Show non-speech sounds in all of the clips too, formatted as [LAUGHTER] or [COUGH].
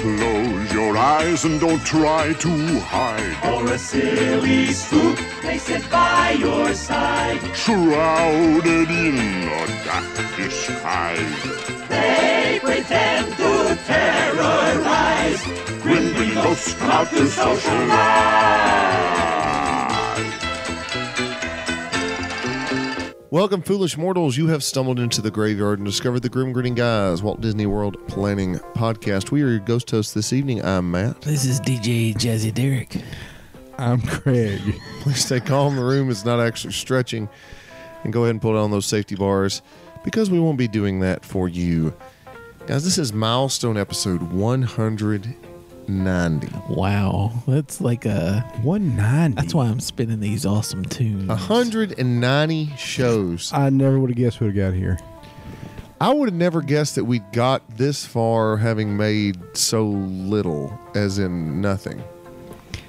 Close your eyes and don't try to hide. Or a silly spook, they sit by your side. Shrouded in a dark disguise. They pretend to terrorize. Grim green ghosts come out to socialize. Welcome, foolish mortals. You have stumbled into the graveyard and discovered the Grim Grinning Guys, Walt Disney World Planning Podcast. We are your ghost hosts this evening. I'm Matt. [LAUGHS] This is DJ Jazzy Derek. I'm Craig. Please stay calm. The room is not actually stretching. And go ahead and put on those safety bars because we won't be doing that for you. Guys, this is milestone episode 190. Wow, that's like a. 190. That's why I'm spinning these awesome tunes. 190 shows. I never would have guessed we'd got here. I would have never guessed that we got this far having made so little, as in nothing.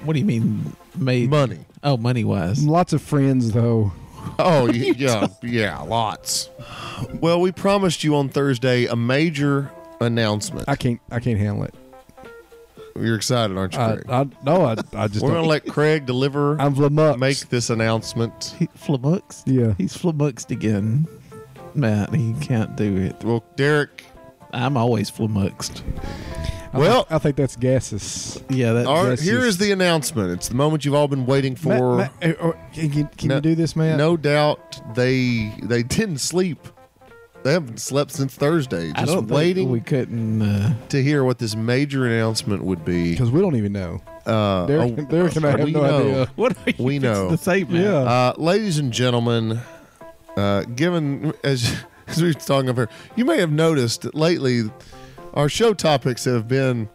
What do you mean, made Money. Oh, money wise. Lots of friends, though. Oh, y- yeah, yeah, lots. Well, we promised you on Thursday a major announcement. I can't. I can't handle it. You're excited, aren't you, I, Craig? I no. I, I just. We're don't- going to let Craig deliver, Uh, I'm flummoxed. make this announcement. He flummoxed. Yeah. He's flummoxed again. Matt, he can't do it. Well, Derek, I'm always flummoxed. I well- think, I think that's gases. Yeah, that, all right, yes, here yes. is the announcement. It's the moment you've all been waiting for. Matt, Matt, uh, or- can you, can No- you do this, man? No doubt they they didn't sleep. They haven't slept since Thursday, I just don't waiting think we couldn't. Uh, to hear what this major announcement would be. because we don't even know. Uh, Derek, oh, Derek and I have we no know. idea. [LAUGHS] what are you We know. fixing to say, Matt? Yeah. Uh, ladies and gentlemen, uh, given as [LAUGHS] as we were talking over, you may have noticed that lately our show topics have been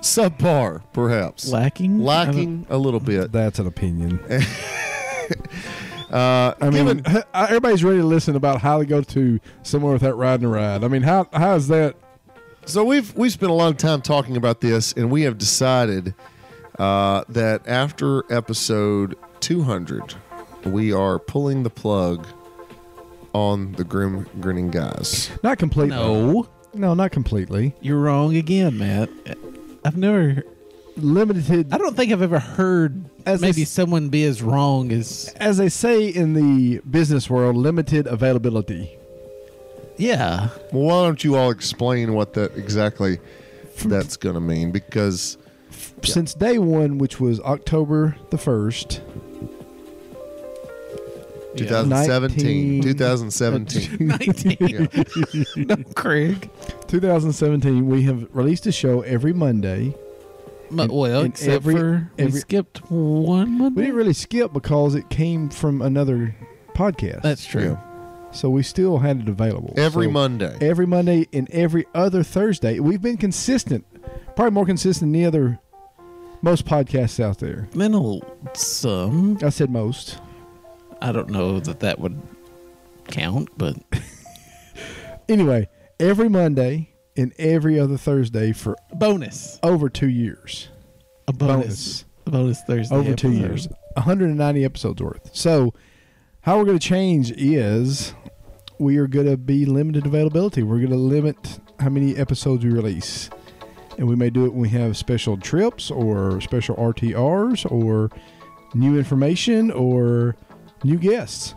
subpar, perhaps Lacking. lacking a little bit. That's an opinion. [LAUGHS] Uh, [LAUGHS] I mean, given, h- everybody's ready to listen about how to go to somewhere without riding a ride. I mean, how how is that? so we've we spent a long time talking about this, and we have decided uh, that after episode 200, we are pulling the plug on the grim grinning guys. Not completely. No, no, not completely. you're wrong again, Matt. I've never. Limited. I don't think I've ever heard As maybe they s- someone be as wrong as as they say in the business world, limited availability. yeah. Well, why don't you all explain what that exactly that's going to mean? Because Since day one, which was October the 1st, 2017, Nineteen- 2017. 19. Yeah. no, Craig. 2017, we have released a show every Monday. But, And- well, and except every- for we every- skipped one We Monday. didn't really skip because it came from another podcast. That's true. so we still had it available. Every [LAUGHS] So Monday. Every Monday and every other Thursday. We've been consistent, probably more consistent than the other most podcasts out there. Then a little sum. I said most. I don't know that that would count, but Anyway, every Monday and every other Thursday for bonus. over two years. A bonus. A bonus Thursday. over two episode. years 190 episodes worth so how we're going to change is we are going to be limited availability we're going to limit how many episodes we release and we may do it when we have special trips or special rtrs or new information or new guests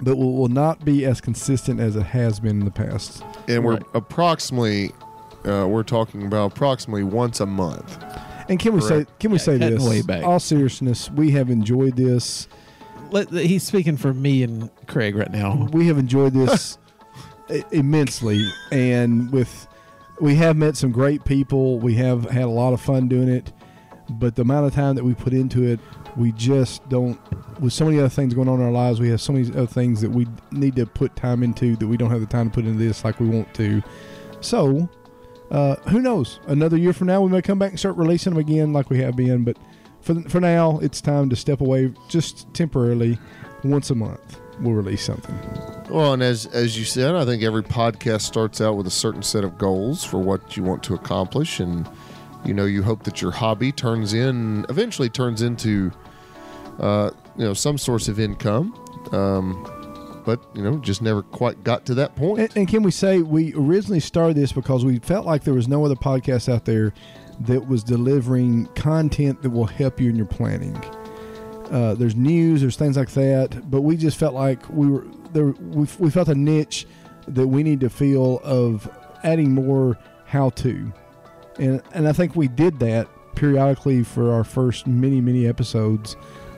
but we will not be as consistent as it has been in the past and we're Right. approximately, uh, we're talking about approximately once a month. and can we say Correct. can we say cutting this way back. all seriousness we have enjoyed this Let, he's speaking for me and Craig right now. Um, we have enjoyed this i- immensely and with we have met some great people we have had a lot of fun doing it but the amount of time that we put into it we just don't with so many other things going on in our lives we have so many other things that we need to put time into that we don't have the time to put into this like we want to so uh, who knows another year from now we may come back and start releasing them again like we have been but for, for now it's time to step away just temporarily once a month we'll release something Well, and as as you said, I think every podcast starts out with a certain set of goals for what you want to accomplish, and you know you hope that your hobby turns in eventually turns into uh, you know some source of income. Um, but you know, just never quite got to that point. And, and can we say we originally started this because we felt like there was no other podcast out there that was delivering content that will help you in your planning. Uh, there's news, there's things like that, but we just felt like we were there. We, f- we felt a niche that we need to feel of adding more how to, and and I think we did that periodically for our first many many episodes.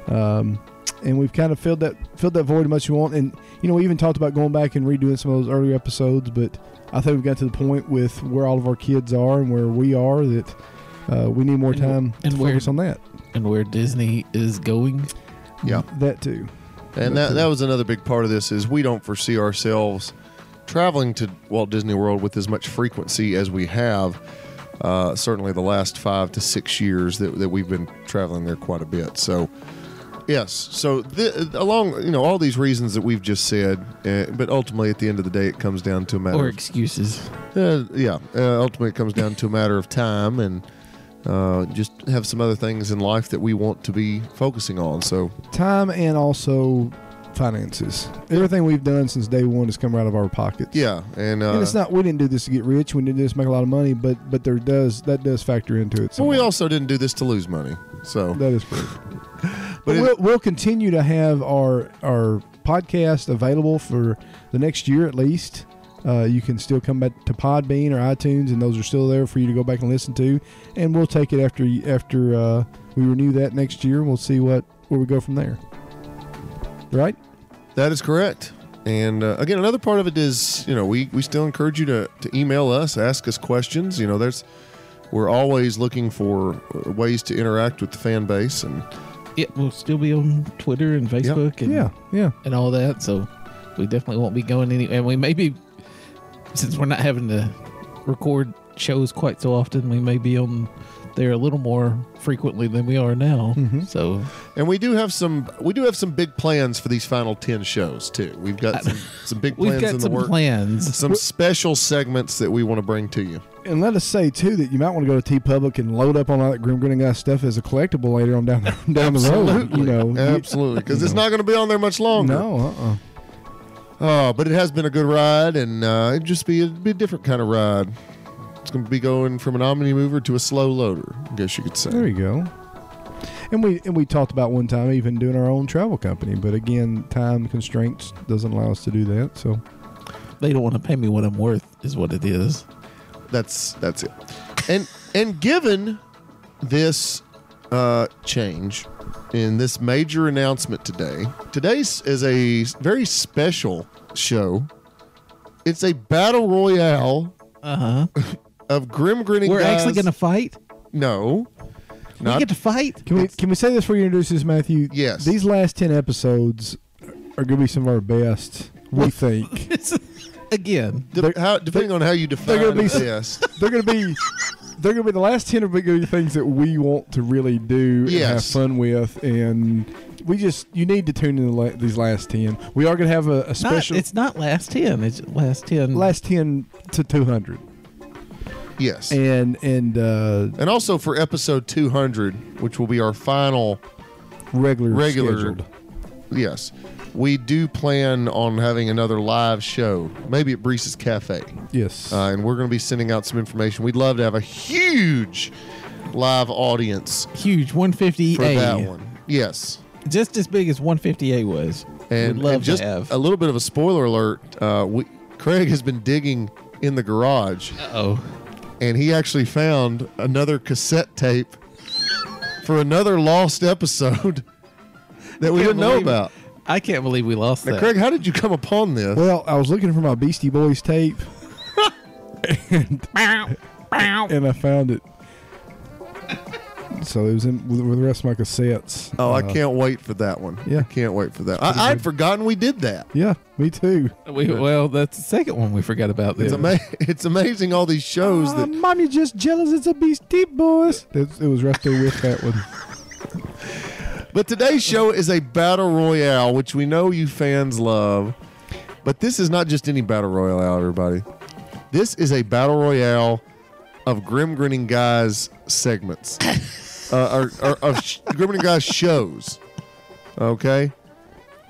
Um, and we've kind of filled that filled that void much you want. And you know, we even talked about going back and redoing some of those earlier episodes, but I think we've got to the point with where all of our kids are and where we are that uh, we need more And- time and to where- focus on that. and where Disney is going. yeah, That too. and that that was another big part of this is we don't foresee ourselves traveling to Walt Disney World with as much frequency as we have. Uh, certainly, the last five to six years that, that we've been traveling there quite a bit. So, yes. So, th- along you know all these reasons that we've just said, uh, but ultimately at the end of the day, it comes down to a matter Or of excuses. Uh, yeah, uh, ultimately it comes down to a matter of time and uh, just have some other things in life that we want to be focusing on. So, Time and also finances. Everything we've done since day one has come out of our pockets. yeah, and, uh, And it's not we didn't do this to get rich. We didn't do this to make a lot of money, but but there does that does factor into it. but we somewhat. also didn't do this to lose money. So, That is correct. But but it- we'll, we'll continue to have our our podcast available for the next year at least. Uh, you can still come back to Podbean or iTunes, and those are still there for you to go back and listen to. And we'll take it after after uh, we renew that next year, and we'll see what where we go from there. Right? That is correct. And uh, again, another part of it is, you know, we, we still encourage you to, to email us, ask us questions. You know, there's we're always looking for uh, ways to interact with the fan base, and It will still be on Twitter and Facebook and Yeah, yeah. and all that. So we definitely won't be going any. And we may be, since we're not having to record shows quite so often, we may be on there a little more frequently than we are now. Mm-hmm. So and we do have some we do have some big plans for these final ten shows too. We've got some, some big plans [LAUGHS] we've in got the some works. plans. some special segments that we want to bring to you. And let us say too that you might want to go to T Public and load up on all that Grim Grinning Guy stuff as a collectible later on down down the [LAUGHS] road. You know, You- Absolutely, because [LAUGHS] it's not going to be on there much longer. No, uh-uh. Oh, but it has been a good ride, and uh, it'd just be, it'd be a different kind of ride. It's going to be going from an omni mover to a slow loader, I guess you could say. There you go. And we and we talked about one time even doing our own travel company, but again, time constraints doesn't allow us to do that. So They don't want to pay me what I'm worth, is what it is. That's that's it. And and given this uh, change in this major announcement today, today's is a very special show. It's a battle royale Uh huh. of grim grinning. We're guys. actually going to fight. no, we not get to fight. [LAUGHS] can we can we say this before you introduce this, Matthew? Yes. These last ten episodes are going to be some of our best. [LAUGHS] We think Again, de- how, depending on how you define gonna be s- this. they're going to be they're going to be the last ten are going to be things that we want to really do and have Yes. fun with, and we just you need to tune in to la- these last ten. We are going to have a, a not, special it's not last 10. It's last 10. last ten to two hundred, yes, and, and and uh, also for episode two hundred, which will be our final. regular Regular. scheduled. Yes, we do plan on having another live show, maybe at Brees's Cafe. Yes. uh, and we're going to be sending out some information. We'd love to have a huge live audience huge 150 for that one. Yes, Just as big as 150A was. and, We'd love and just to have. a little bit of a spoiler alert. Uh, we, Craig has been digging in the garage, oh. and he actually found another cassette tape for another lost episode [LAUGHS] that we can't didn't know believe it. about. I can't believe we lost Now, that. Craig, how did you come upon this? well, I was looking for my Beastie Boys tape. and, and I found it. So it was in with, with the rest of my cassettes. oh, I Uh, can't wait for that one. yeah. I can't wait for that. I, I'd forgotten we did that. Yeah, me too. We, well, that's the second one we forgot about. It's, Then. ama- [LAUGHS] it's amazing all these shows Uh, that Mom, you're just jealous. It's a Beastie Boys. It, it was right there with that one. But today's show is a battle royale, which we know you fans love. But this is not just any battle royale, everybody. This is a battle royale of grim grinning guys segments, uh, or, or of sh- grim grinning guys shows. Okay,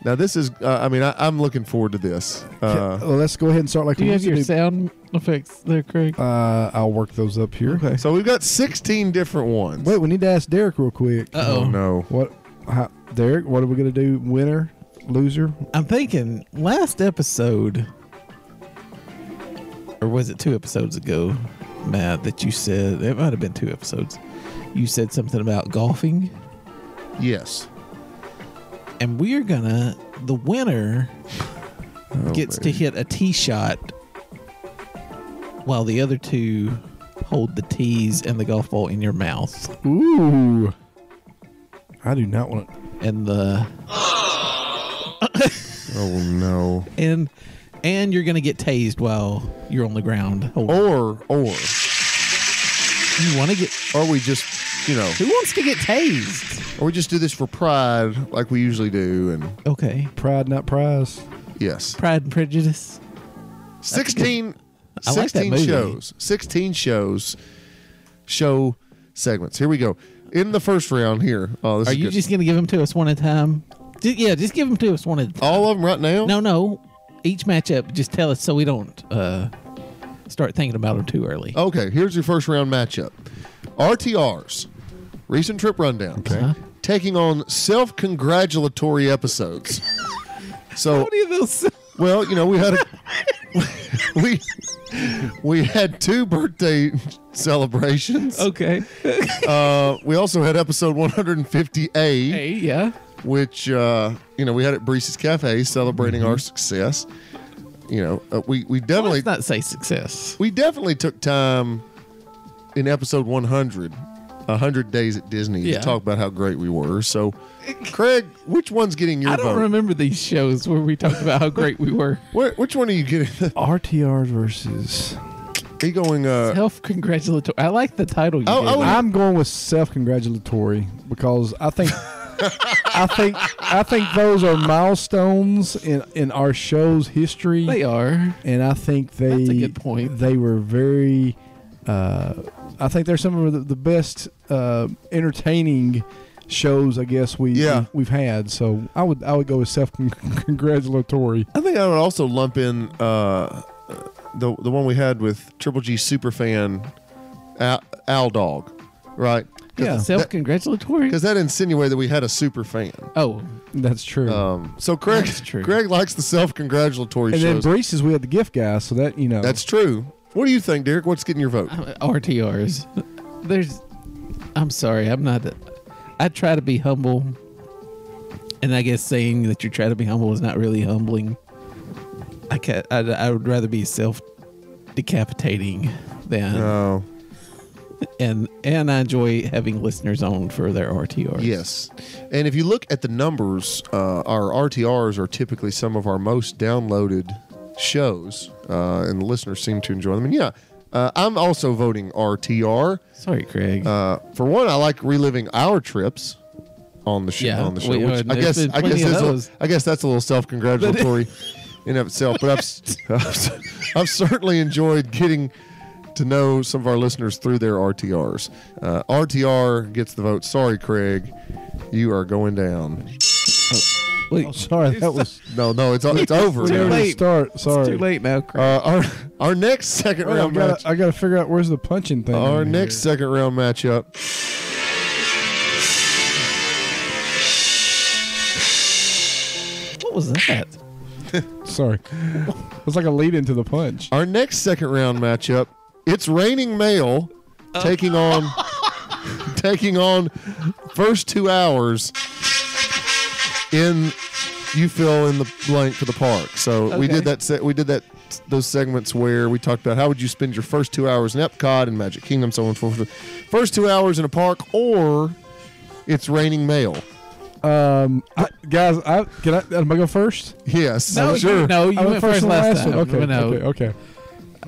Now this is, uh, I mean, I, I'm looking forward to this. [LAUGHS] Uh, well, let's go ahead and start like Do we you have used to your do. sound effects there, Craig? Uh, I'll work those up here. Okay. so we've got 16 different ones. Wait, we need to ask Derek real quick. oh Uh-oh. no, What, how, Derek? What are we gonna do? Winner, loser? I'm thinking last episode, or was it two episodes ago, Matt, that you said, it might have been two episodes, you said something about golfing. yes, And we're going to, the winner gets to hit a tee shot while the other two hold the tees and the golf ball in your mouth. Ooh. I do not want to. And the, oh no, and, and you're going to get tased while you're on the ground. holding- or or You want to get, or we just, you know, who wants to get tased? or we just do this for pride, like we usually do, and Okay. Pride, not prize. yes, Pride and Prejudice. 16, I like that 16 movie. shows 16 shows show segments here we go in the first round here oh this Are is you good. just gonna give them to us one at a time? Ju- yeah, just give them to us one at a time. all of them right now No, no. Each matchup, just tell us so we don't uh, start thinking about them too early. okay here's your first round matchup rtrs recent trip rundown okay taking on self-congratulatory episodes so How many [LAUGHS] of those? Well, you know, we had a, [LAUGHS] we we had two birthday [LAUGHS] celebrations. okay. Uh, we also had episode 150A, Hey, yeah. which uh, you know we had at Breeze's Cafe celebrating Mm-hmm. our success. You know, uh, we we definitely Let's not say success. we definitely took time in episode 100, 100 days at Disney Yeah. to talk about how great we were. So, Craig, which one's getting your I don't vote? remember these shows where we talked about how great we were. Where, which one are you getting? [LAUGHS] RTR versus. are you going? Uh, Self congratulatory. I like the title. You Oh, gave oh, it. I'm going with self-congratulatory because I think, I think, I think those are milestones in in our show's history. they are. and I think they That's a good point. They were very. Uh, I think they're some of the, the best uh, entertaining shows I guess we, Yeah. we have had. So I would I would go with self congratulatory. I think I would also lump in uh, the the one we had with Triple G superfan Al, Al Dog, right? Yeah. Self congratulatory. Because that insinuated that we had a super fan. Oh, That's true. Um, so Craig, That's true. Craig likes the self-congratulatory Uh, and then shows. Breeze's we had the gift guy, so that you know That's true. What do you think, Derek? What's getting your vote? uh, RTRs. There's, I'm sorry, I'm not. I try to be humble, and I guess saying that you try to be humble is not really humbling. I can I, I would rather be self decapitating than Oh, and and I enjoy having listeners on for their RTRs. yes. And if you look at the numbers, uh, our RTRs are typically some of our most downloaded shows, uh, and the listeners seem to enjoy them. And yeah, uh, I'm also voting RTR. Sorry, Craig. Uh, for one, I like reliving our trips on the show. Yeah, on the show, we- which I there's guess been I guess plenty of is those. a, I guess that's a little self-congratulatory in of itself. But I've, [LAUGHS] s- I've s- I've certainly enjoyed getting to know some of our listeners through their RTRs. Uh, RTR gets the vote. Sorry, Craig, you are going down. Wait, Oh, sorry that was No, no, [LAUGHS] it's it's over. we already now. late. start. Sorry, it's too late now, Craig. Uh, our our next second Wait, I round match. gotta, I gotta figure out where's the punching thing. Our in next second round matchup. what was that? here. Sorry, it's like a lead into the punch. Our next second round matchup, it's raining mail taking on [LAUGHS] taking on first two hours in you fill in the blank for the park. So we Okay. did that se- we did that those segments where we talked about how would you spend your first two hours in Epcot and Magic Kingdom, so on and so forth. First two hours in a park or it's raining mail. Um, I, guys, I can I am I go first? Yes. No, you- sure. no, Oh, you I went first and last, time. one. Okay, No. okay, okay.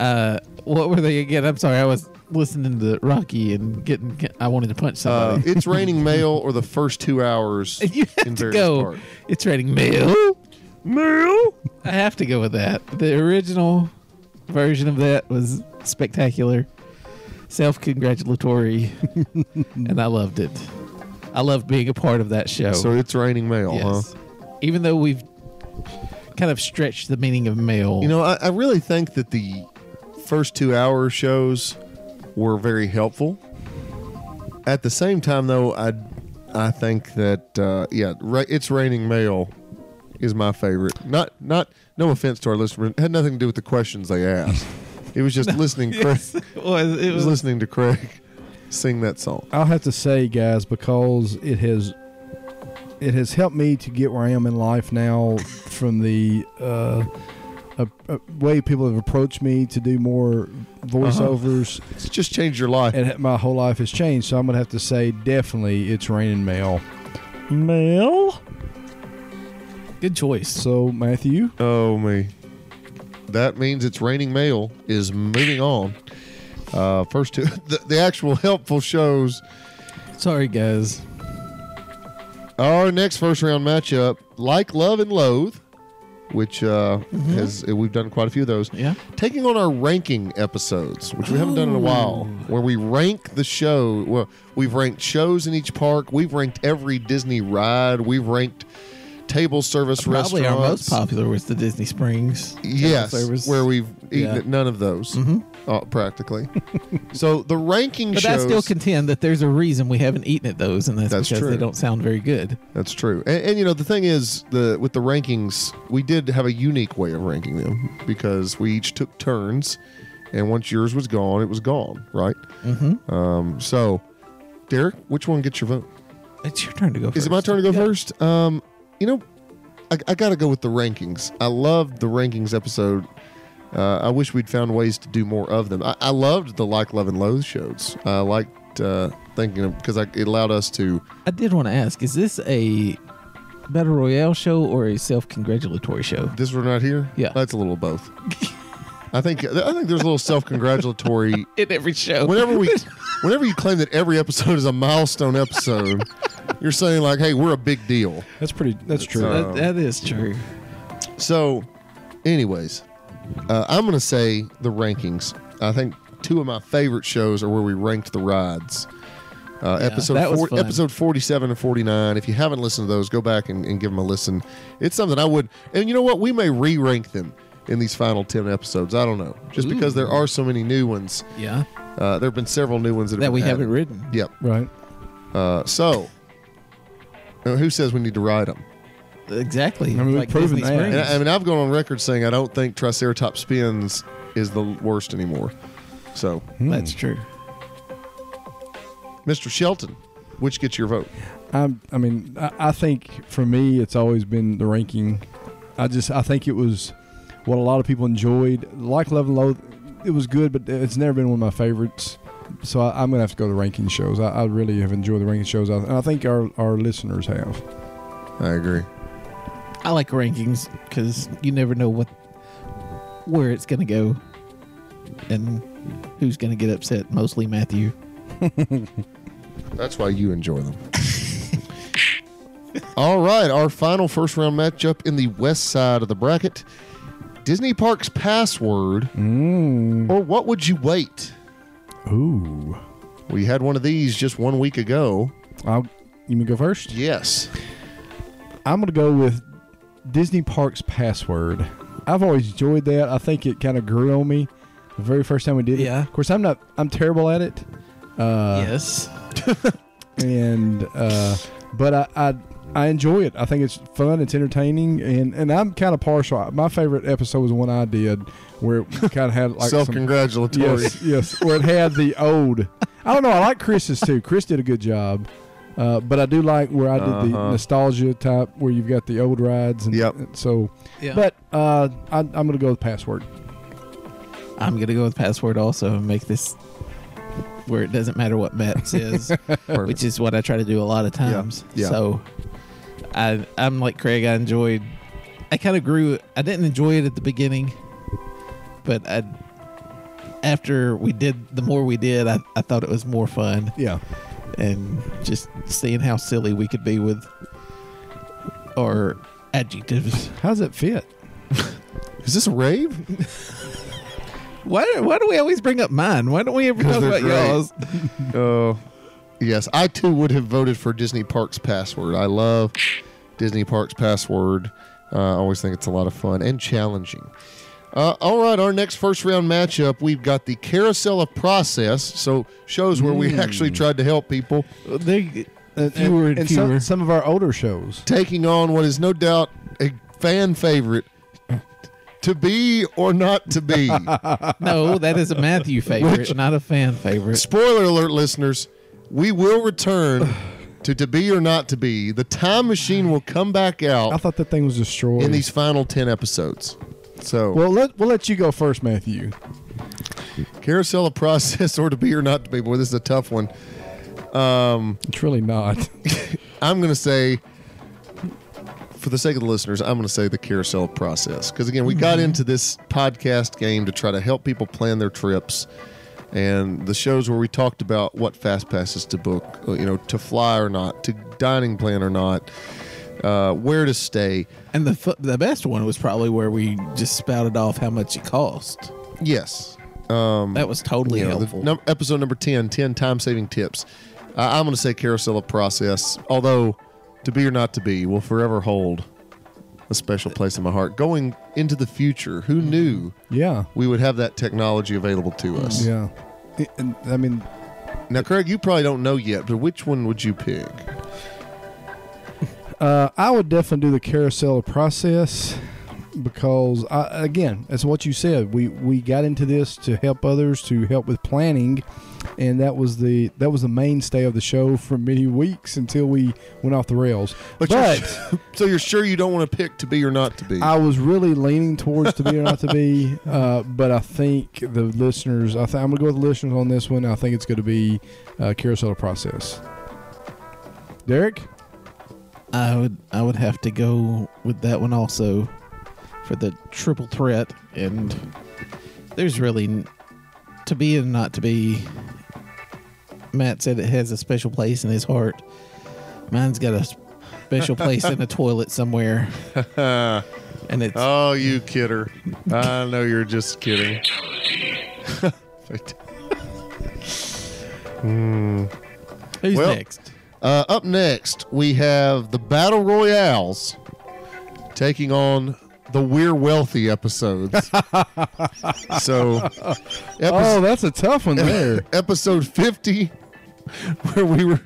uh, what were they again? I'm sorry, I was listening to Rocky and getting. I wanted to punch somebody. [LAUGHS] Uh, it's raining mail or the first two hours you in have to various go. park. It's rating mail. Mail. I have to go with that. The original version of that was spectacular, [LAUGHS] self-congratulatory, and I loved it. I loved being a part of that show. uh-huh. So it's raining mail, yes. huh? even though we've kind of stretched the meaning of male. You know, I, I really think that the first two hour shows were very helpful. At the same time, though, I I think that uh, yeah, Ra- it's raining mail is my favorite. Not not no offense to our listeners, it had nothing to do with the questions they asked. It was [LAUGHS] just listening. Yes, Craig, it was. It it was was- listening to Craig sing that song. I'll have to say, guys, because it has it has helped me to get where I am in life now from the uh, a, a way people have approached me to do more Uh-huh. voiceovers, It's just changed your life. and my whole life has changed. So I'm gonna have to say, definitely, it's raining mail. Mail. Good choice. So Matthew, Oh me. That means it's raining mail is moving on. Uh, first two, [LAUGHS] the, the actual helpful shows. Sorry, guys. Our next first round matchup, like love and loathe, which uh, has we've done quite a few of those. Mm-hmm. Yeah. Taking on our ranking episodes, which we haven't done in a while, where we rank the show. Well, we've ranked shows in each park. We've ranked every Disney ride. We've ranked table service Probably our most restaurants. popular was the Disney Springs. Yes, Table service. where we've eaten Yeah. Mm-hmm. at none of those uh, practically. [LAUGHS] so the ranking But I shows. still contend that there's a reason we haven't eaten at those, and that's, That's because true. they don't sound very good. that's true, and, and you know the thing is the with the rankings we did have a unique way of ranking them because we each took turns, and once yours was gone, it was gone, right? Mm-hmm. Um, so, Derek, which one gets your vote? It's your turn to go first. Is it my turn to go Yeah. first? Um, you know, I, I got to go with the rankings. I loved the rankings episode. Uh, I wish we'd found ways to do more of them. I, I loved the like, love, and loathe shows. I liked uh, thinking of because it allowed us to. I did want to ask: Is this a battle royale show or a self-congratulatory show? This one right here. Yeah. that's a little of both. I think I think there's a little [LAUGHS] self-congratulatory. In every show, Whenever we, whenever you claim that every episode is a milestone [LAUGHS] episode, you're saying like, "Hey, we're a big deal." that's pretty. That's true. uh, That- that is true. So, anyways, uh, I'm going to say the rankings. I think two of my favorite shows are where we ranked the rides. Uh, episode that was 40 fun. episode 47 and 49. If you haven't listened to those, go back and, and give them a listen. It's something I would. And you know what? We may re rank them in these final 10 episodes. I don't know. Just because there are so many new ones. Yeah, Uh, there have been several new ones that, that have we been haven't added. written. Yep. right. Uh, so, uh, who says we need to ride them? Exactly. mean, we've proven that. Springs. And I, I mean, I've gone on record saying I don't think Triceratops spins is the worst anymore. So, That's true. Mr. Shelton, which gets your vote? I'm, I mean, I, I think for me, it's always been the ranking. I just, I think it was what a lot of people enjoyed. Like Love and Loathe, it was good, but it's never been one of my favorites. So I, I'm gonna have to go to ranking shows. I, I really have enjoyed the ranking shows, I- and I think our, our listeners have. I agree. I like rankings because you never know what where it's going to go and who's going to get upset. Mostly Matthew. That's why you enjoy them. [LAUGHS] All right, our final first round matchup in the west side of the bracket Disney Parks password, or what would you wait? Mm. Ooh, We had one of these just one week ago. I'll, you mean go first? Yes. I'm gonna go with Disney Parks password. I've always enjoyed that. I think it kind of grew on me the very first time we did it. Yeah. Of course, I'm not. I'm terrible at it. Uh, yes. and uh, but I, I I enjoy it. I think it's fun. It's entertaining, and and I'm kind of partial. My favorite episode was one I did where it kind of had like Self some- congratulatory. yes, yes, where it had the old. I don't know. I like Chris's too. Chris did a good job. Uh, but I do like where I did the Uh-huh. nostalgia type, where you've got the old rides, and Yep. and so. Yeah. But uh, I, I'm going to go with password. I'm going to go with password also and make this where it doesn't matter what Matt [LAUGHS] says, which is what I try to do a lot of times. Yeah. So I, I'm like Craig. I enjoyed. I kind of grew. I didn't enjoy it at the beginning, but I after we did the more we did, I, I thought it was more fun. Yeah, and just seeing how silly we could be with our adjectives. how's it fit? Is this a rave? Why do, why do we always bring up mine? Why don't we ever 'Cause talk they're about great. [LAUGHS] y'all's? Uh, Oh, yes. I too would have voted for Disney Parks Password. I love Disney Parks Password. Uh, I always think it's a lot of fun and challenging. Uh, all right, our next first round matchup, we've got the Carousel of Process. So shows where we actually tried to help people They Uh, And, Fewer and some- fewer. Some, of our older shows. taking on what is no doubt a fan favorite, to be or not to be. no, that is a Matthew favorite, not a fan favorite. Spoiler alert, listeners, we will return to to be or not to be. The time machine will come back I out thought that thing was destroyed. in these final 10 episodes. So, well, let, we'll let you go first, Matthew. carousel of process [LAUGHS] or to be or not to be. Boy, this is a tough one. It's really not. I'm going to say, for the sake of the listeners, I'm going to say the carousel process. Because again, we got into this podcast game to try to help people plan their trips. And the shows where we talked about what fast passes to book, uh, you know, to fly or not, to dining plan or not, uh, where to stay. And the fu- the best one was probably where we just spouted off how much it cost. Yes. That was totally You know, Um, the helpful. num- episode number 10, 10 time saving tips. Uh, I'm going to say carousel of process, although to be or not to be will forever hold a special place in my heart. Going into the future, who knew [LAUGHS] yeah. we would have that technology available to us? Yeah. I- and- I mean, Now, Craig, you probably don't know yet, but which one would you pick? [LAUGHS] Uh, I would definitely do the carousel process because, I, again, that's what you said. We we got into this to help others, to help with planning, and that was the that was the mainstay of the show for many weeks until we went off the rails. But, you're- so you're sure you don't want to pick to be or not to be? I was really leaning towards to be or not to [LAUGHS] be, uh, but I think the listeners. I th- I'm gonna go with the listeners on this one. I think it's going to be uh, carousel process. Derek, I would I would have to go with that one also for the triple threat and there's really n- to be and not to be Matt said it has a special place in his heart. Mine's got a special place [LAUGHS] in a toilet somewhere. and it's oh, you kidder. I know you're just kidding. [LAUGHS] who's well- next? Uh, up next, we have the Battle Royales taking on the We're Wealthy episodes. so, epi- oh, that's a tough [LAUGHS] one there. episode 50, where we were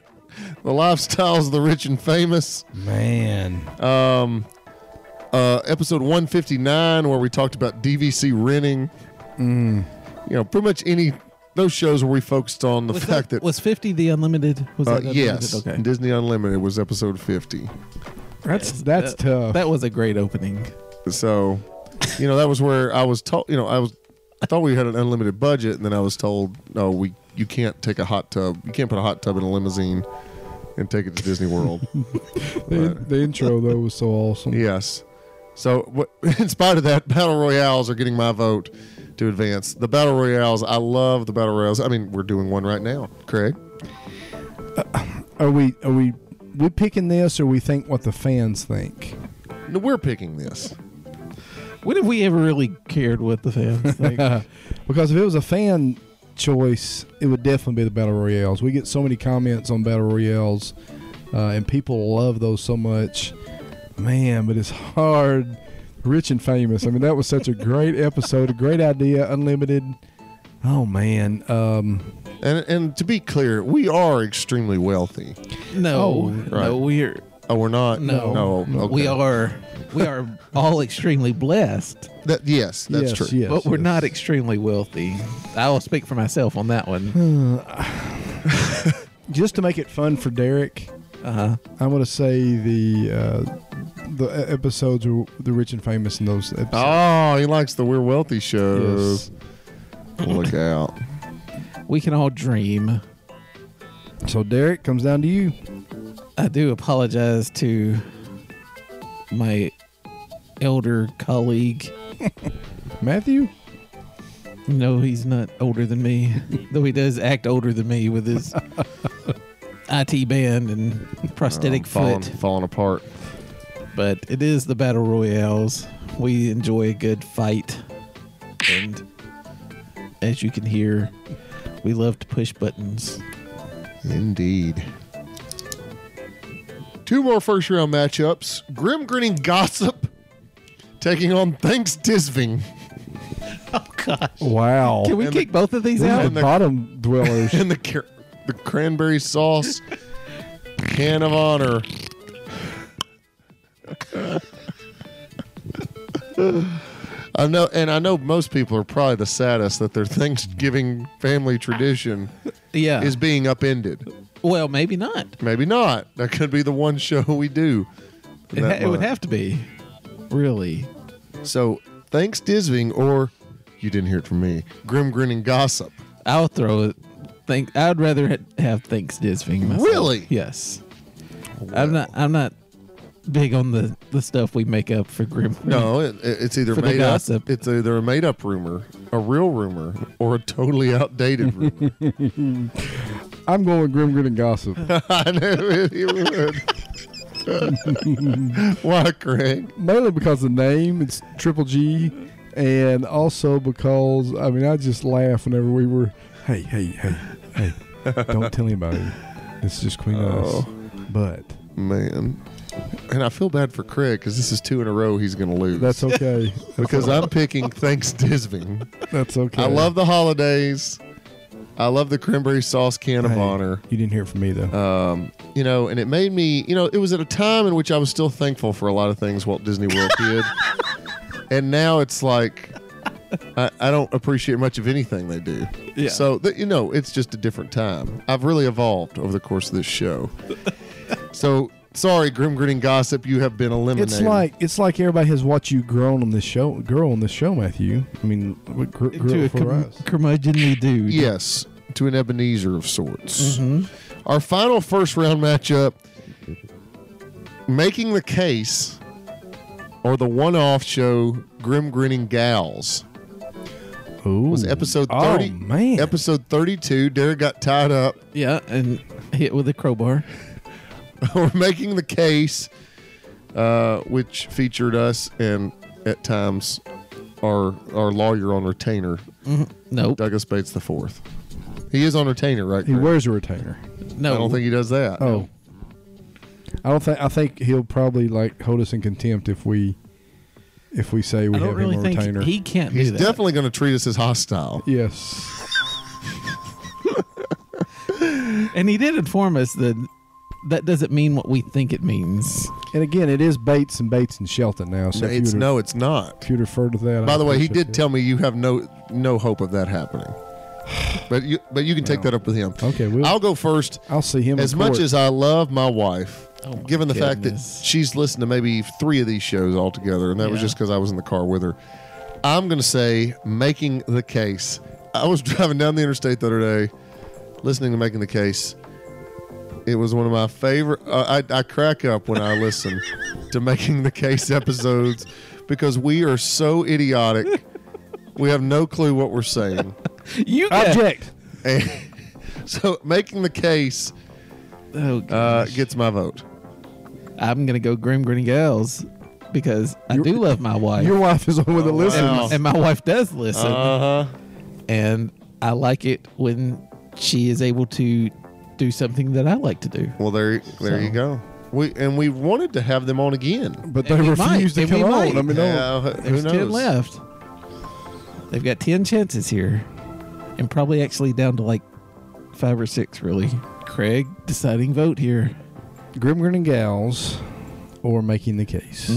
the lifestyles of the rich and famous. Man. Uh, episode 159, where we talked about DVC renting. You know, pretty much any those shows where we focused on the Was fact that. was 50 the unlimited? Was uh, that unlimited? yes, Okay. Disney Unlimited was episode 50. That's that's that, tough. That was a great opening. So, you know, that was where I was told. You know, I was I thought we had an unlimited budget, and then I was told, no, we you can't take a hot tub. You can't put a hot tub in a limousine and take it to Disney World. the, the intro though was so awesome. yes. So, what, [LAUGHS] in spite of that, battle royales are getting my vote to advance. The battle royales, I love the battle royales. I mean, we're doing one right now, Craig. Are we are we we picking this or we think what the fans think? No, we're picking this. When have we ever really cared what the [LAUGHS] fans think? Because if it was a fan choice, it would definitely be the battle royales. We get so many comments on battle royales, uh, and people love those so much. Man, but it's hard. Rich and famous. I mean, that was such a great episode, a great idea, unlimited. Oh man, um, And and to be clear, we are extremely wealthy. No, Oh, right. no, we're Oh, we're not. no, no. okay. we are, we are all extremely blessed, That, yes, that's yes, true. Yes, but we're yes. not extremely wealthy. I will speak for myself on that Hmm. one. just to make it fun for Derek, Uh-huh. I'm going to say the uh, the e- episodes were the rich and famous in those episodes. Oh, he likes the We're Wealthy shows. Yes. Look out. We can all dream. So Derek comes down to you. I do apologize to my elder colleague. Matthew, No, he's not older than me, [LAUGHS] though he does act older than me with his [LAUGHS] IT band and prosthetic falling, foot. falling apart. but it is the battle royales. We enjoy a good fight, and as you can hear, we love to push buttons. Indeed. Two more first round matchups. Grim Grinning Gossip [LAUGHS] taking on Thanks Disving Oh gosh. Wow. Can we And kick both of these We out? have And the- [LAUGHS] bottom dwellers. [LAUGHS] and the car- the cranberry sauce [LAUGHS] can of honor. [LAUGHS] I know, and I know most people are probably the saddest that their Thanksgiving family tradition Yeah. is being upended. well, maybe not. Maybe not. That could be the one show [LAUGHS] we do. It, ha- that it would month. have to be. Really. So thanks Disving, or you didn't hear it from me. Grim grinning gossip. I'll throw it. Think I'd rather ha- have thanks Disney. myself. Really? Yes. I'm not. I'm not big on the the stuff we make up for grim. [LAUGHS] No, it, it- it's either For the made up. gossip. It's either a made up rumor, a real rumor, or a totally outdated rumor. [LAUGHS] I'm going with Grim Grin and Gossip. I knew it, you would. [LAUGHS] Why, Craig? Mainly because the name, it's Triple G, and also because, I mean, I just laugh whenever we were, hey, hey, hey, hey, don't tell anybody. It's just Queen Oh. Us. But Man. And I feel bad for Craig because this is two in a row he's going to lose. that's okay. [LAUGHS] because I'm picking thanks Disving. That's okay. I love the holidays. I love the cranberry sauce can of Hey, honor. Uh, You didn't hear from me, though. you know, and it made me, you know, it was at a time in which I was still thankful for a lot of things Walt Disney [LAUGHS] World did. And now it's like, I, I don't appreciate much of anything they do. Yeah. So, th- you know, it's just a different time. I've really evolved over the course of this [LAUGHS] show. so, sorry, Grim Grinning Gossip, you have been eliminated. It's like it's like everybody has watched you grown on this show, girl on this show, Matthew. I mean, what gr- to girl a for cur- us? curmudgeonly dude. Yes, to an Ebenezer of sorts. Mm-hmm. Our final first round matchup making the case or the one off show Grim Grinning Gals. Ooh. was episode Oh, 30. man. Episode 32. Derek got tied up. [LAUGHS] Yeah, and hit with a crowbar. We're making the case, uh, which featured us and at times our, our lawyer on retainer, Nope. Douglas Bates the fourth. He is on retainer, right? he Greg? wears a retainer. No. I don't think he does that. Oh, I don't think I think he'll probably like hold us in contempt if we if we say we I have don't really him a think retainer. he can't He's do that. definitely going to treat us as hostile. yes, and he did inform us that that doesn't mean what we think it means. and again, it is Bates and Bates and Shelton now. So No, if you it's would- no, it's not. If you'd refer to that. By I the way, he appreciate did it. tell me you have no no hope of that happening. But you but you can take that up with him. Okay, we'll- I'll go first. I'll see him in As much court. as I love my wife, Oh my given the fact goodness. that she's listened to maybe three of these shows altogether, and that was Yeah. just because I was in the car with her, I'm going to say making the case. I was [LAUGHS] driving down the interstate the other day, listening to making the case. It was one of my favorite. Uh, I, I crack up when I [LAUGHS] listen to making the case episodes because we are so idiotic. We have no clue what we're [LAUGHS] saying. You got, object. And [LAUGHS] so making the case oh, uh, gosh. gets my vote. I'm gonna go grim grinning gals because I do love my wife. Your wife is on with the Oh, wow. listen. Wow. and my wife does listen. Uh huh. and I like it when she is able to do something that I like to do. Well, there, there you So- go. We and we wanted to have them on again. But they And we refuse might, to and we come on. might. I mean, no. Yeah, who There's ten knows? left. They've got ten chances here, and probably actually down to like five or six, really. Craig, deciding vote here. Grim Grinning Gals or Making the Case.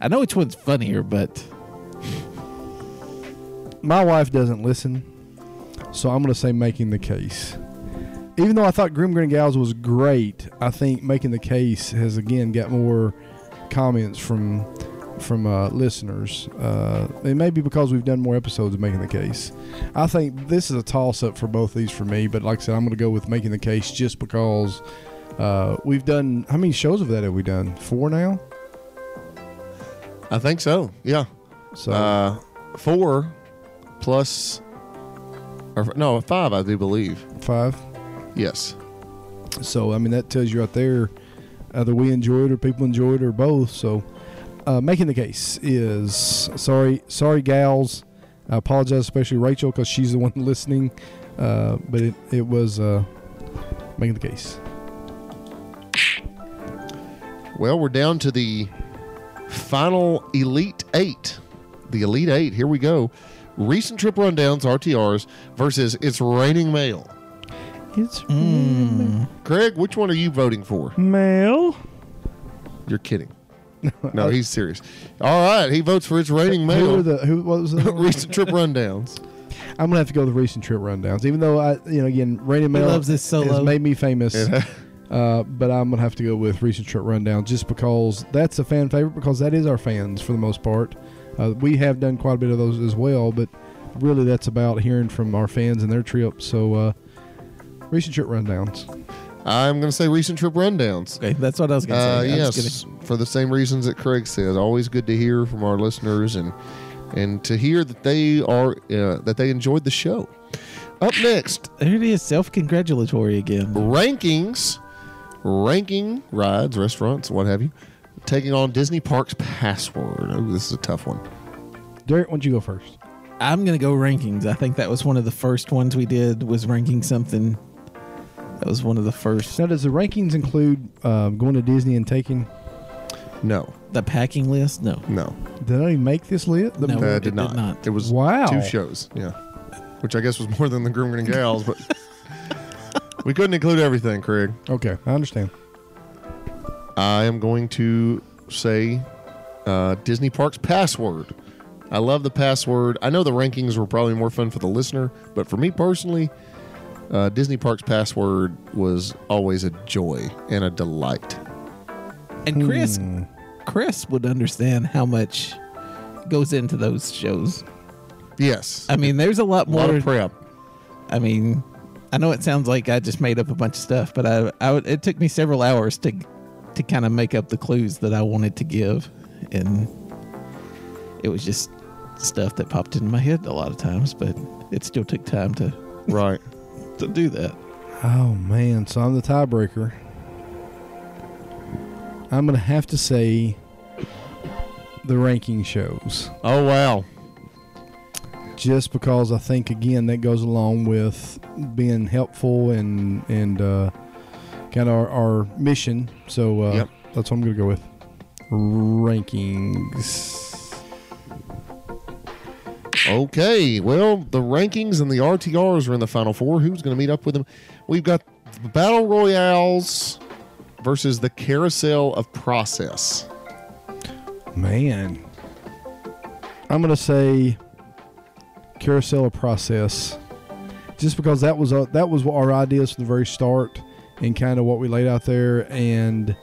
I know which one's funnier, but My wife doesn't listen, so I'm going to say Making the Case. Even though I thought Grim Grinning Gals was great, I think Making the Case has again got more comments from from uh, listeners. Uh, it may be because we've done more episodes of Making the Case. I think this is a toss up for both these for me, but like I said, I'm going to go with Making the Case just because uh, we've done how many shows of that have we done? Four now. I think so. Yeah. So Uh, four plus, or no, five, I do believe. five. Yes. So I mean that tells you right there either we enjoy it or people enjoy it or both. So uh, making the case is sorry, sorry gals. I apologize, especially Rachel, because she's the one [LAUGHS] listening. Uh, but it it was uh, making the case. Well, we're down to the final Elite Eight. The Elite Eight. Here we go. Recent trip rundowns, RTRs, versus It's Raining Mail. It's Craig, which one are you voting for? mail. You're kidding. No, he's serious. All right, he votes for It's Raining Who were Mail. the who what was the Recent trip rundowns. I'm gonna have to go with the recent trip rundowns, even though I, you know, again, Rainy Mail loves this solo. has made me famous. uh, but I'm gonna have to go with recent trip rundown just because that's a fan favorite because that is our fans for the most part. Uh, we have done quite a bit of those as well, but really that's about hearing from our fans and their trips. So uh, recent trip rundowns. I'm going to say Recent trip rundowns. Okay, that's what I was going to say. Uh, I was yes, for the same reasons that Craig says. Always good to hear from our listeners and and to hear that they are uh, that they enjoyed the show. Up next, kidding. There it is, self-congratulatory again. rankings, ranking rides, restaurants, what have you, taking on Disney Parks Password. Oh, this is a tough one. Derek, why don't you go first? I'm going to go rankings. I think that was one of the first ones we did was ranking something. That was one of the first. Now, does the rankings include uh, going to Disney and taking? No, The packing list? No. no, Did I make this lit? No, uh, it did, did not. not. It was Wow. two shows. Yeah, which I guess was more than the Grooming and Gals, [LAUGHS] but we couldn't include everything, Craig. Okay, I understand. I am going to say uh, Disney Parks password. I love the password. I know the rankings were probably more fun for the listener, but for me personally, uh, Disney Parks password was always a joy and a delight. And Chris, Hmm. Chris would understand how much goes into those shows. Yes, I mean, there's a lot a lot more. of prep. I mean, I know it sounds like I just made up a bunch of stuff, but I, I would- it took me several hours to to kind of make up the clues that I wanted to give, and it was just stuff that popped into my head a lot of times. But it still took time to Right. [LAUGHS] to do that. Oh man, so I'm the tiebreaker. I'm gonna have to say the ranking shows, Oh wow. just because I think again that goes along with being helpful and and uh, kind of our, our mission. So uh, Yep. that's what I'm gonna go with. Rankings. Okay. Well, the rankings and the RTRs are in the final four. Who's going to meet up with them? We've got the battle royales versus the carousel of process. Man, I'm gonna say carousel of process, just because that was uh that was what our ideas from the very start and kind of what we laid out there, and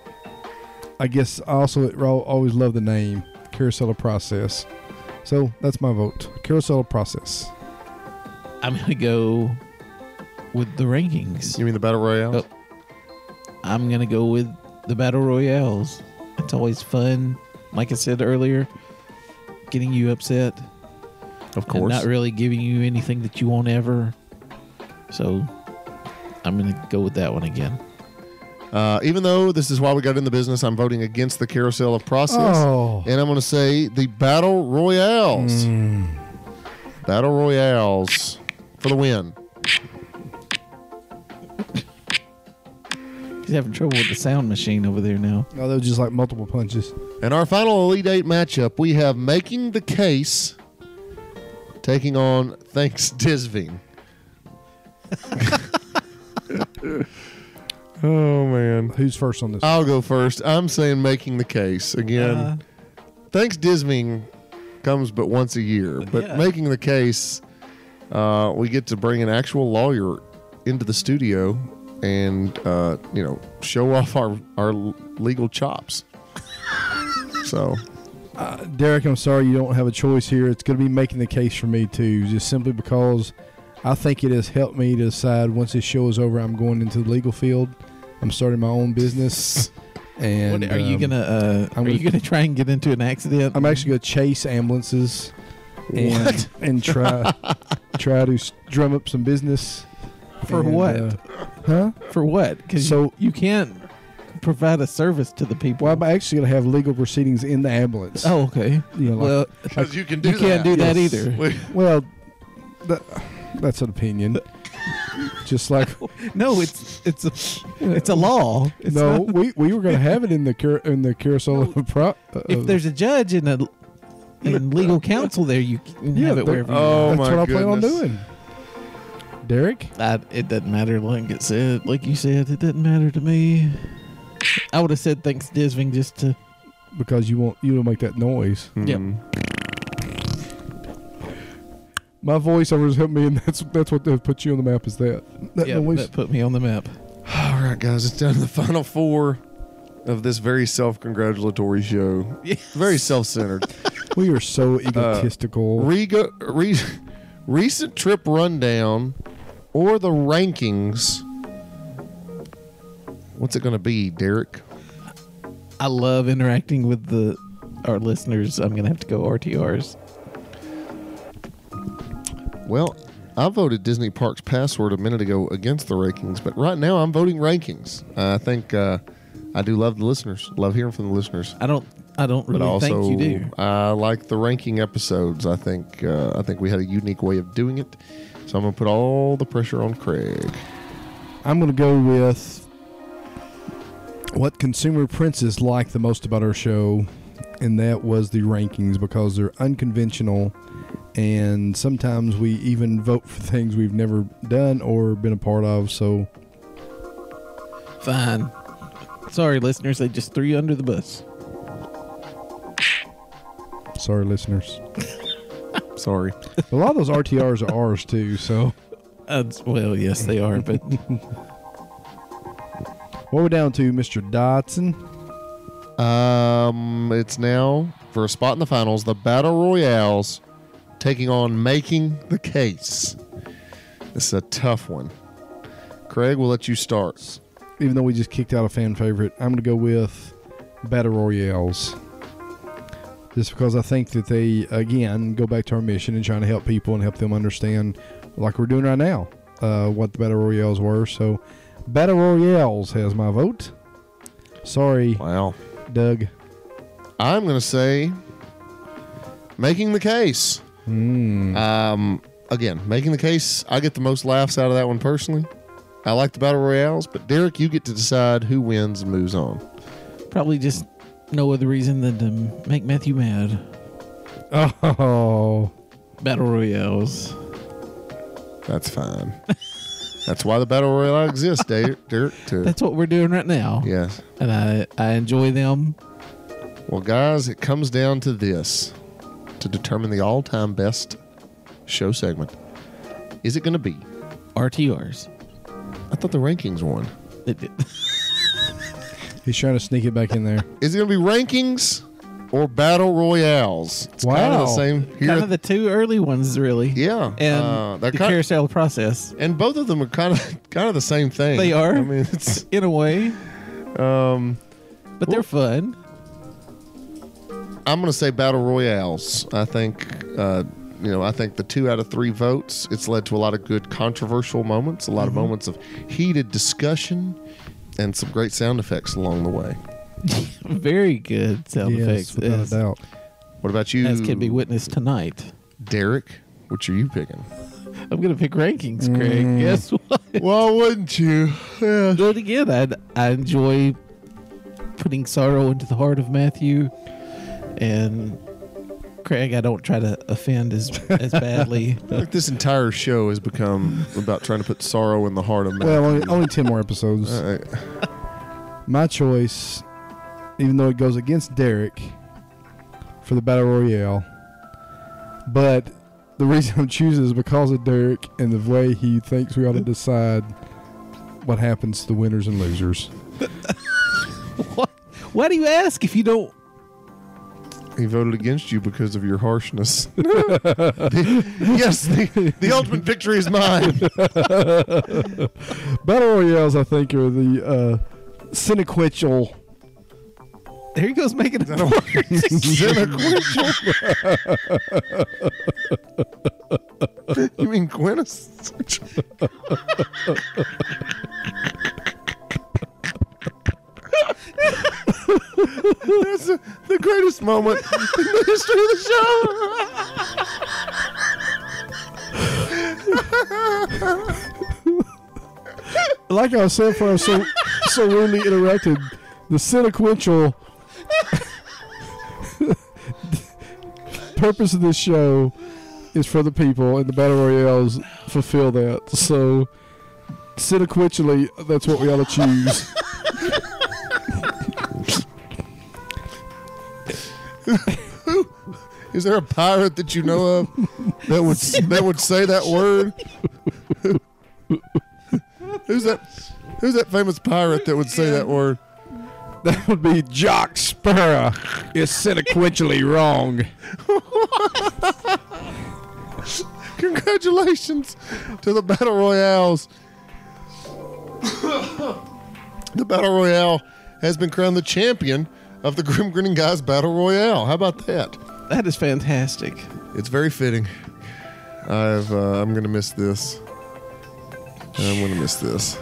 I guess I also I always love the name carousel of process. So that's my vote. Carousel of process. I'm gonna go with the rankings. You mean the battle royale? Oh. I'm gonna go with the battle royales. It's always fun. Like I said earlier, getting you upset. Of and not really giving you anything that you want ever. So I'm gonna go with that one again. Uh, even though this is why we got in the business, I'm voting against the carousel of process. Oh. And I'm going to say the battle royales. Battle royales for the win. He's having trouble with the sound machine over there now. No, that was just like multiple punches. And our final Elite Eight matchup, we have Making the Case taking on Thanks Disving. oh, man. Who's first on this? I'll go first. I'm saying Making the Case again. Uh, Uh-huh. thanks Disney comes but once a year, but Yeah. making the case, uh, we get to bring an actual lawyer into the studio and uh, you know show off our our legal chops. [LAUGHS] so Uh, Derek, I'm sorry you don't have a choice here. It's going to be making the case for me too, just simply because I think it has helped me to decide once this show is over, I'm going into the legal field. I'm starting my own business, [LAUGHS] and what, are you um, gonna uh, I'm are you gonna- gonna try and get into an accident? um, I'm actually going to chase ambulances and [LAUGHS] and try try to s- drum up some business For And, what? uh, huh? For what? Because So- so you, can't provide a service to the people. Well, I'm actually going to have legal proceedings in the ambulance. oh, okay. You know, like- Well, because you can Mm. you can't do that Yes. either. [LAUGHS] Well, that, that's an opinion. just like [LAUGHS] No, it's it's a it's a law. It's no, not- we, we were [LAUGHS] going to have it in the cur- in the Curacao [LAUGHS] Pro. Uh, if there's a judge and a and [LAUGHS] legal counsel there, you can Yeah, have it there- wherever. you Oh want. that's my what I plan on goodness. doing. Derek, I, it doesn't matter, like it said, like you said, it doesn't matter to me. I would have said thanks, Disving, just to because you won't you don't make that noise. Mm-hmm. Mm. Yep. My voiceover has helped me, and that's that's what they've put you on the map. Is that that yeah, noise? that put me on the map. All right, guys, it's down to the final four of this very self-congratulatory [LAUGHS] show. Very self-centered. we [LAUGHS] are uh, so egotistical. Rego, re, [LAUGHS] recent trip rundown or the rankings. What's it going to be, Derek? I love interacting with the our listeners. I'm gonna have to go RTRs. Well, I voted Disney Parks Password a minute ago against the rankings, but right now I'm voting rankings. I think uh, I do love the listeners, love hearing from the listeners. I don't. I don't But really also, think you do. I like the ranking episodes. I think uh, I think we had a unique way of doing it. So I'm gonna put all the pressure on Craig. I'm going to go with what consumer princes like the most about our show, and that was the rankings because they're unconventional, and sometimes we even vote for things we've never done or been a part of. So Fine. Sorry, listeners. They just threw you under the bus. sorry, listeners. Sorry. A lot of those RTRs are ours too. So Uh, well, yes, they are. But what we're down to, Mr. Dotson. Um, it's now for a spot in the finals. The battle royales taking on making the case. This is a tough one. Craig, we'll let you start. Even though we just kicked out a fan favorite, I'm going to go with Battle Royales. just because I think that they again go back to our mission and trying to help people and help them understand, like we're doing right now, uh, what the battle royales were. So, battle royales has my vote. Sorry, Wow. Doug. [LAUGHS] I'm gonna say making the case. Um, again, making the case. I get the most laughs out of that one personally. I like the battle royales, but Derek, you get to decide who wins and moves on. probably just no other reason than to make Matthew mad. Oh, Battle royales. That's fine. That's why the battle royale exists, Derek. Derek to That's what we're doing right now. yes. And I I enjoy them. Well, guys, it comes down to this to determine the all-time best show segment. Is it going to be? RTRs. I thought the rankings won. It did. [LAUGHS] he's trying to sneak it back in there. Is it going to be rankings or battle royales? It's kind of Wow. the same. Here kind of the two early ones, really. Yeah, And uh, the they're kind- carousel process. and both of them are kind [LAUGHS] of kind of the same thing. They are. I [LAUGHS] mean, it's in a way, um, but they're fun. I'm going to say battle royales. I think uh, you know, I think the two out of three votes. It's led to a lot of good controversial moments, a lot Mm-hmm. of moments of heated discussion, and some great sound effects along the way. Very good sound Yes, effects. without as, a doubt. What about you, as can be witnessed tonight. Derek? Which are you picking? I'm gonna pick rankings, Craig. Mm. Guess what? [LAUGHS] Why wouldn't you? But again, I I enjoy putting sorrow into the heart of Matthew, and Craig. I don't try to offend as as [LAUGHS] badly. Like this entire show has become about trying to put sorrow in the heart of man. Uh, Well, only, only ten more episodes. All right. my choice, even though it goes against Derek for the battle royale, but the reason [LAUGHS] I'm choosing is because of Derek and the way he thinks we ought to decide what happens to the winners and losers. what? Why do you ask if you don't? uh, He voted against you because of your harshness. [LAUGHS] The- yes, the, the ultimate victory is mine. Battle royales, I think, are the uh, cinequential. There he goes making a [LAUGHS] [LAUGHS] point. Xenoquintal. you mean quintessential? That's the the greatest moment in the history of the show. like I said before, I'm so so rudely interrupted. The sequential purpose of this show is for the people, and the battle royales fulfill that. So, sequentially, that's what we ought to choose. Is there a pirate that you know of that would that would say that word? who's that? Who's that famous pirate that would say that word? That would be Jock Sparrow. It's sequentially wrong. Congratulations to the battle royales. the battle royale has been crowned the champion of the Grim Grinning Guys Battle Royale. How about that? That is fantastic. It's very fitting. I've uh, I'm gonna miss this. I'm gonna miss this.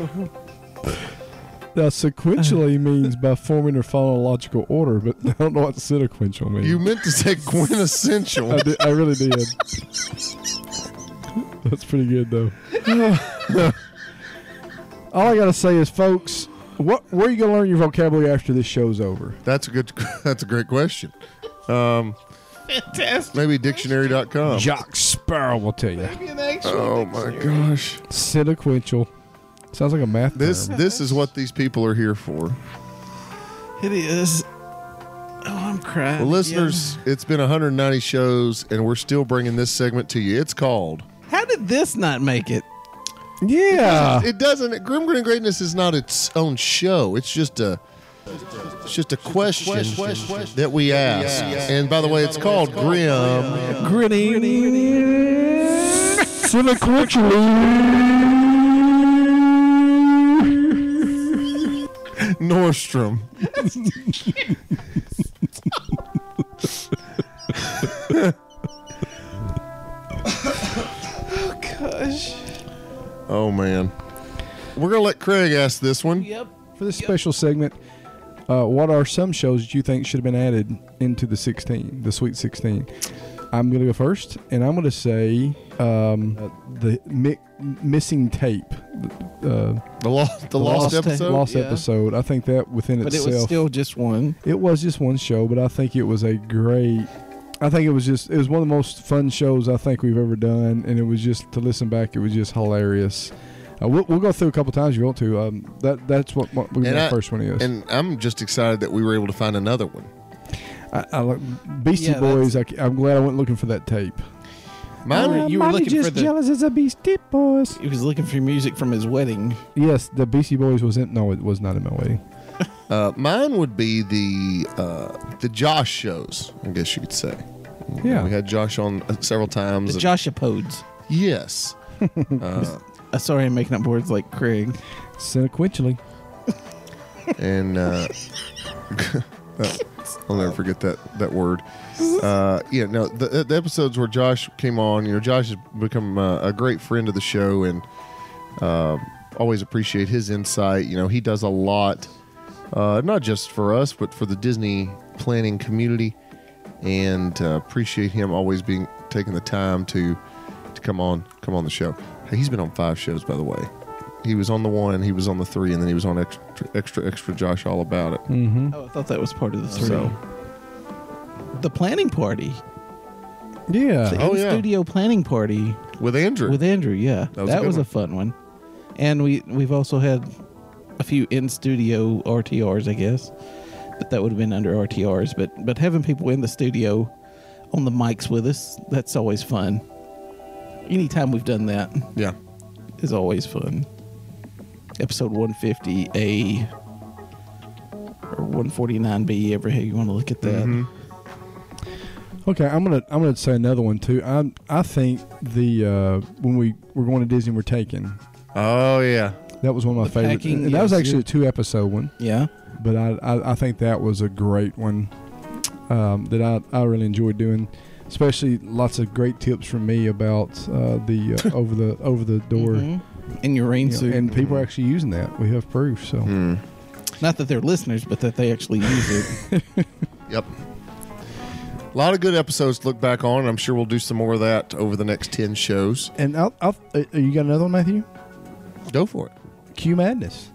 Now, [LAUGHS] sequentially means by forming or following a logical order, but [LAUGHS] I don't know what sequential means. You meant to say quintessential. [LAUGHS] I, did, I really did. That's pretty good, though. [LAUGHS] All I gotta say is, folks, what where are you gonna learn your vocabulary after this show's over? That's a good. That's a great question. Um, Fantastic. Maybe dictionary.com. Jock Sparrow will tell you. Oh my gosh. Sequential sounds like a math. This term. this is what these people are here for. It is. Oh, I'm crying. Well, listeners, it's been 190 shows, and we're still bringing this segment to you. It's called. again. How did this not make it? yeah, It doesn't. Grim Grin Greatness is not its own show. It's just a. It's just a question that we ask. And by the way, it's called Grim. Grinning. Nordstrom. Gosh. Oh, man. We're going to let Craig ask this one. Yep. for this special segment, uh, what are some shows that you think should have been added into the 16, the Sweet 16? I'm going to go first, and I'm going to say um, uh, the mi- missing tape, uh, The, lo- the, lost, lost- episode. lost yeah. episode. I think that within But it itself, was still just one. it was just one show, but I think it was a great. I think it was just it was one of the most fun shows I think we've ever done, and it was just to listen back. It was just hilarious. Uh, we'll, we'll go through a couple times if you want to. Um, that that's what, what we- And my I- first one is. And I'm just excited that we were able to find another one. I, I like Beastie Yeah, Boys. I, am glad I wasn't looking for that tape. You Mine, were- you were Mommy looking Oh, just for the. jealous as a beastie boys. He was looking for music from his wedding. Yes, the Beastie Boys was in. No, it was not in my way. uh, mine would be the uh, the Josh shows. I guess you could say. Yeah. we had Josh on uh, several times. The and- Joshua Podes. yes. uh, Uh, sorry, I'm making up words like Craig. Sequentially, and uh, uh, I'll never forget that that word. Uh, yeah, no, the, the episodes where Josh came on, you know, Josh has become uh, a great friend of the show, and uh, always appreciate his insight. You know, he does a lot, uh, not just for us, but for the Disney planning community, and uh, appreciate him always being taking the time to to come on come on the show. Hey, he's been on five shows, by the way. He was on the one, he was on the three, and then he was on extra extra extra Josh all about it. Oh, I thought that was part of the three. So- The planning party. yeah. The Oh, yeah. studio planning party With Andrew, with Andrew. Yeah, That was a that good was a one. fun one. And we we've also had a few in studio RTRs, I guess, but that would have been under RTRs. But but having people in the studio on the mics with us, that's always fun. Anytime we've done that yeah, is always fun. Episode 150A or 149B, ever how you want to look at that. Mm-hmm. Okay, I'm gonna I'm gonna say another one too. I I think the uh, when we were going to Disney, we're taken. oh yeah, That was one of my The favorites, packing, and that was yes, actually yeah. a two episode one. Yeah. But I I, I think that was a great one um, that I, I really enjoyed doing. Especially lots of great tips from me about uh, the [LAUGHS] uh, over the over the door. Mhm. In your rain you know, suit. and people are actually using that. We have proof. So Not that they're listeners, but that they actually use it. [LAUGHS] yep. A lot of good episodes to look back on. I'm sure we'll do some more of that over the next ten shows. uh, And I'll, I'll, uh, you got another one, Matthew? Go for it. Q Madness.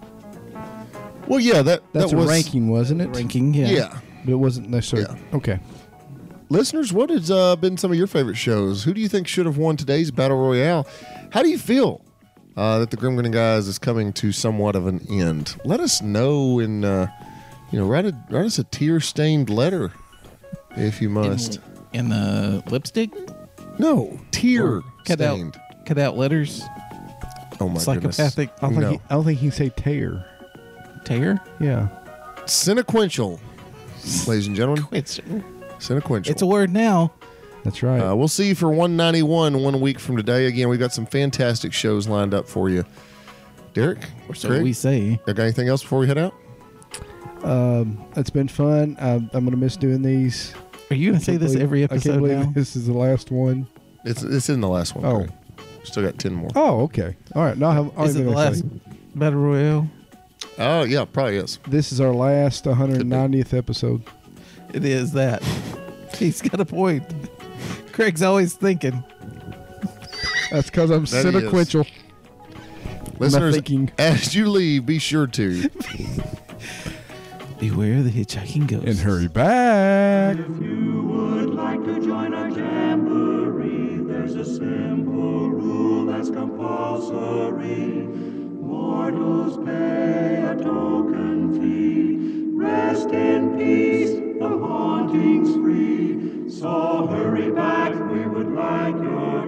Well, yeah, that That's that a was ranking, wasn't it? ranking. Yeah. Yeah. But it wasn't necessarily. Okay. listeners, what has uh, been some of your favorite shows? Who do you think should have won today's battle royale? How do you feel uh, that the Grim Grinning Guys is coming to somewhat of an end? Let us know and uh, you know write a write us a tear stained letter if you must. In the lipstick, no tear cut out, stained. cut out letters. Oh my goodness! Psychopathic I don't think, No. he, I don't think he can say tear. tear. Yeah. Cinequential, ladies and gentlemen. It's Cinequential. it's a word now. That's right. Uh, we'll see you for 191 one week from today. Again, we've got some fantastic shows lined up for you. Derek, Or so Craig, we say. you got anything else before we head out? um, it's been fun. I, I'm going to miss doing these. Are you gonna say this Believe- every I can't episode believe now? this is the last one. It's it's in the last one. Oh. Craig. Still got 10 more. Oh, Oh, okay. All right. Now I have, I Is it have the anything to say. last battle royale? Oh, yeah, probably is. This is our last 190th episode. It is that. [LAUGHS] He's got a point. Craig's always thinking. That's because I'm That he is. sequential. Listeners, thinking. as you leave, be sure to. Beware the hitchhiking ghost. And hurry back. you would like to join our jamboree, there's a simple rule that's compulsory. Mortals pay a token fee. Rest in peace, the haunting's free. So hurry back, we would like your